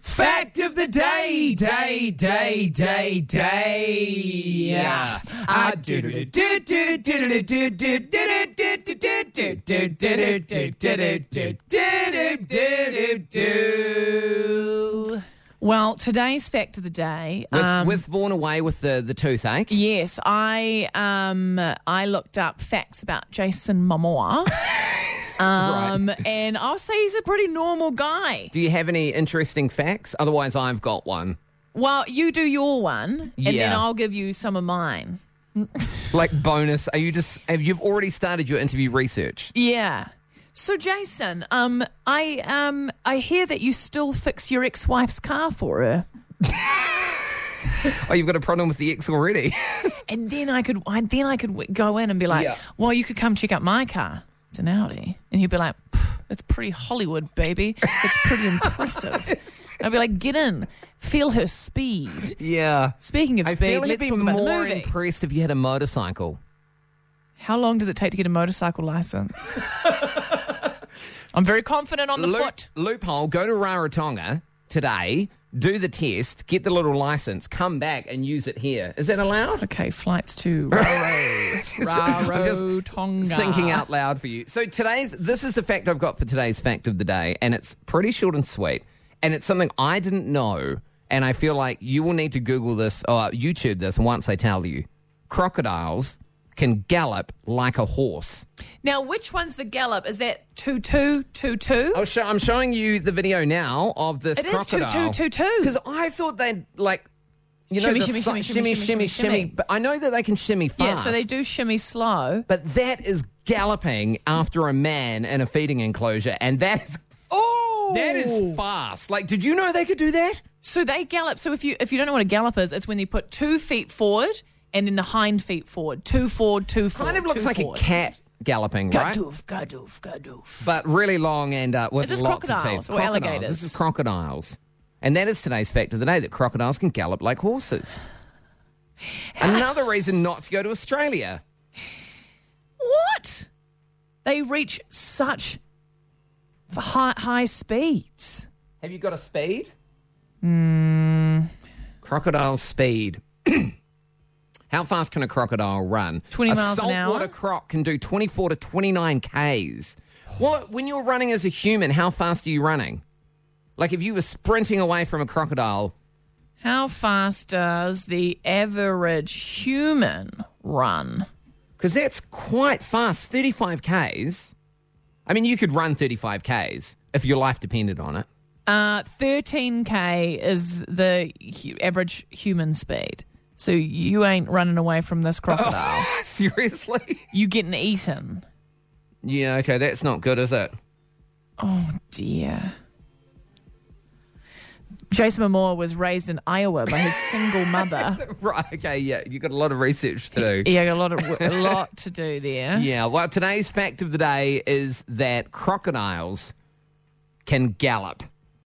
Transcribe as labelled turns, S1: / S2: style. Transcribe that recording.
S1: fact of the day, day, day, day, day. Ah, do-do-do-do-do-do-do-do-do-do-do-do-do-do-do-do-do.
S2: Well, today's fact of the day.
S1: With,
S2: um,
S1: with Vaughan away with the, the toothache.
S2: yes, I um, I looked up facts about Jason Momoa, um, and I'll say he's a pretty normal guy.
S1: Do you have any interesting facts? Otherwise, I've got one.
S2: Well, you do your one, and then
S1: Yeah.
S2: I'll give you some of mine.
S1: Like bonus, are you just have you've already started your interview research?
S2: Yeah. So, Jason, um, I um, I hear that you still fix your ex-wife's car for her.
S1: Oh, you've got a problem with the X already.
S2: And then I could, I, then I could w- go in and be like,
S1: Yeah.
S2: "Well, you could come check out my car. It's an Audi." And he'd be like, "Pff, "It's pretty Hollywood, baby. It's pretty impressive." I'd be like, "Get in, feel her speed."
S1: yeah.
S2: Speaking of
S1: I
S2: speed,
S1: feel you'd
S2: let's
S1: be
S2: talk about the
S1: more
S2: movie.
S1: impressed if you had a motorcycle.
S2: How long does it take to get a motorcycle license? I'm very confident on the
S1: Loop-
S2: foot.
S1: Loophole, go to Rarotonga today, do the test, get the little license, come back and use it here. Is that allowed?
S2: Okay, flights to Raro Tonga.
S1: Thinking out loud for you. So today's this is a fact I've got for today's fact of the day, and it's pretty short and sweet, and it's something I didn't know, and I feel like you will need to Google this or YouTube this once I tell you. Crocodiles can gallop like a horse.
S2: Now, which one's the gallop? Is that two two two two?
S1: I'll show, Oh, I'm showing you the video now of this
S2: It is two, two,
S1: crocodile.
S2: two, two.
S1: Because I thought they'd like, you know,
S2: Shimmy,
S1: the
S2: shimmy,
S1: si-
S2: shimmy, shimmy, shimmy, shimmy.
S1: But I know that they can shimmy fast.
S2: Yeah, so they do shimmy slow.
S1: But that is galloping after a man in a feeding enclosure, and that is
S2: Oh,
S1: that is fast. Like, did you know they could do that?
S2: so they gallop. So if you if you don't know what a gallop is, it's when you put two feet forward and then the hind feet forward, two forward, two forward.
S1: Kind of looks
S2: two
S1: like
S2: forward.
S1: a cat galloping, right?
S2: Gadoof, gadoof, gadoof.
S1: But really long and uh, with
S2: Is this
S1: lots of
S2: crocodiles
S1: teeth.
S2: or alligators?
S1: This is crocodiles. And that is today's fact of the day that crocodiles can gallop like horses. Another reason not to go to Australia.
S2: What? They reach such f- high high speeds.
S1: Have you got a speed? Hmm. Crocodile speed. How fast can a crocodile run?
S2: 20
S1: a
S2: miles an hour?
S1: saltwater croc can do 24 to 29 Ks. What, when you're running as a human, how fast are you running? Like if you were sprinting away from a crocodile,
S2: How fast does the average human run?
S1: because that's quite fast 35 Ks. I mean, you could run 35 Ks if your life depended on it.
S2: Uh, 13k is the hu- average human speed. So you ain't running away from this crocodile.
S1: Seriously?
S2: You getting eaten?
S1: Yeah, okay, that's not good, is it?
S2: Dear. Jason Momoa was raised in Iowa by his single mother.
S1: Right, okay, yeah, you've got a lot of research to do.
S2: Yeah, got a lot of a lot to do there.
S1: Yeah, well, today's fact of the day is that crocodiles can gallop.